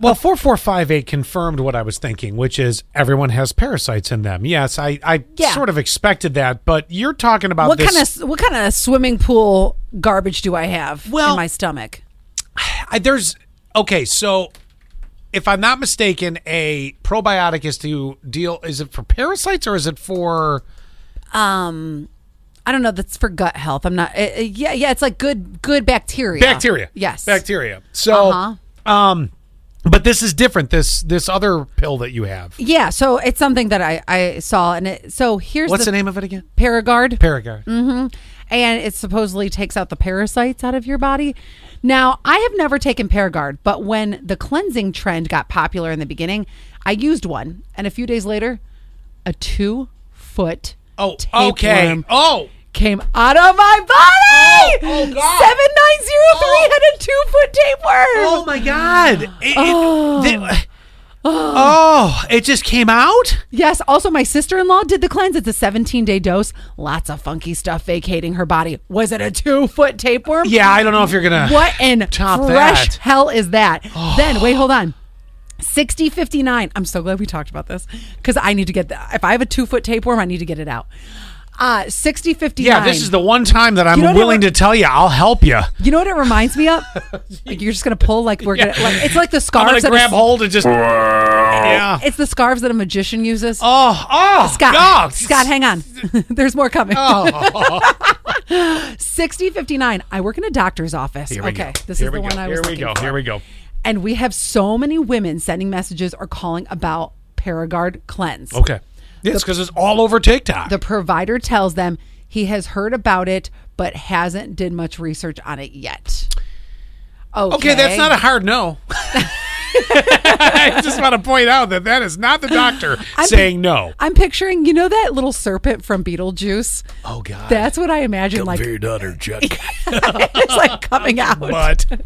Well, 4458 confirmed what I was thinking, which is everyone has parasites in them. Yes, I, I Yeah. sort of expected that, but you're talking about What this. kind of what kind of swimming pool garbage do I have Well- in my stomach? I, there's okay, so if I'm not mistaken, a probiotic is to deal. Is it for parasites or is it for? Um, I don't know. That's for gut health. I'm not. Uh, uh, yeah, yeah. It's like good good bacteria. bacteria. Uh, Yes. Uh-huh. bacteria. So, um, but this is different. This this other pill that you have. Yeah. So it's something that I I saw, and it, so here's What's the, the, Mm, name of it again? Paragard. Paragard. and it supposedly takes out the parasites out of your body. Now, I have never taken Paragard, but when the cleansing trend got popular in the beginning, I used one, and a few days later, a two foot Oh, okay. Oh, came out of my Oh, body. oh, God. Seven nine zero three Oh. had a two foot tapeworm. oh my God! It- it- the- oh, it just came out. Yes. Also, my sister in law did the cleanse. It's a 17 day dose. Lots of funky stuff vacating her body. Was it a two foot tapeworm? Yeah, I don't know if you're gonna. What an Top fresh that. Oh. hell is that? Then wait, hold on. 6059. I'm so glad we talked about this because I need to get that. If I have a two foot tapeworm, I need to get it out. Uh, 6059. Yeah, this is the one time that I'm You know what willing it- to tell you I'll help you. You know what it reminds me of? like you're just gonna pull like we're gonna like it's like the I'm gonna scarves. that grab a, hold and just. yeah. It's the scarves that a magician uses. Oh, oh, Scott, God. Oh. Scott, hang on. There's more coming. 6059. I work in a doctor's office. Here we okay. go. This Here is we the go. one I was Here we looking go. for. Here we go. And we have so many women sending messages or calling about Paragard Cleanse. Okay. Yes, because it's all over TikTok. The provider tells them he has heard about it but hasn't did much research on it yet. Okay, Okay, that's not a hard no. I just want to point out that that is not the doctor I'm saying pic- no. I'm picturing, you know that little serpent from Beetlejuice? Oh God, That's what I imagine like daughter, Chuck. it's like coming out. but.